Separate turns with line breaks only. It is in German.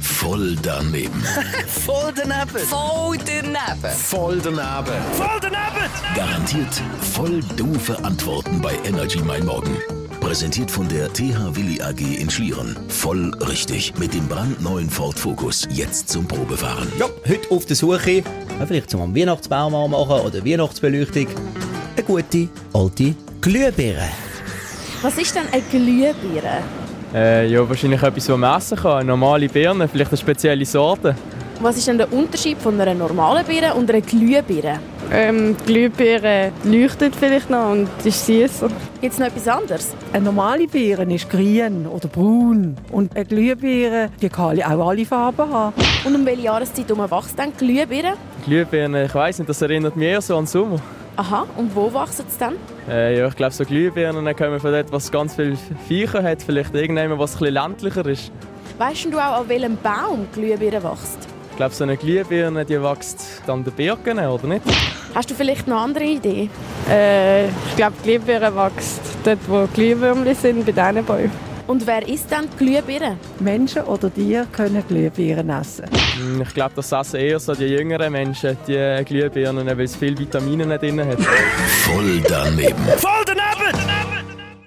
Voll daneben.
Voll daneben.
Voll daneben.
Voll daneben. Garantiert voll doofe Antworten bei Energy Mein Morgen. Präsentiert von der TH Willi AG in Schlieren. Voll richtig. Mit dem brandneuen Ford Focus. Jetzt zum Probefahren.
Ja, heute auf der Suche, ja, vielleicht zum Weihnachtsbaum anmachen oder Weihnachtsbeleuchtung, eine gute alte Glühbirne.
Was ist denn eine Glühbirne?
Äh, ja, wahrscheinlich etwas, was man essen kann. Normale Birnen, vielleicht eine spezielle Sorte.
Was ist denn der Unterschied von einer normalen Birne und einer Glühbirne?
Ähm, die Glühbirne leuchtet vielleicht noch und ist süßer.
Gibt es noch etwas anderes?
Eine normale Birne ist grün oder braun. Und eine Glühbirne die kann auch alle Farben haben.
Und um welche Jahreszeit herum wächst denn die Glühbirne?
Glühbirnen, ich weiß nicht, das erinnert mich eher so an den Sommer.
Aha, und wo wachsen sie dann?
Äh, ja, ich glaube, so Glühbirnen kommen von dort, was ganz viele Viecher hat. Vielleicht irgendjemand, was ein bisschen ländlicher ist.
Weißt denn du auch, an welchem Baum die Glühbirne wächst?
Ich glaube, so eine Glühbirne, die wächst an den Birken, oder nicht?
Hast du vielleicht eine andere Idee?
Äh, ich glaube, die Glühbirne wächst dort, wo Glühwürmchen sind, bei diesen Bäumen.
Und wer isst dann die Glühbirne?
Menschen oder Tiere können Glühbirnen essen.
Hm, Ich glaube, das essen eher so die jüngeren Menschen, die Glühbirnen, weil es viele Vitamine drin hat.
Voll daneben. Voll